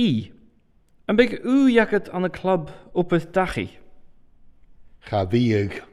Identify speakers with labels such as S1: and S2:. S1: I. Een beetje uw jacket aan de club op het dagje.
S2: Ga bieg.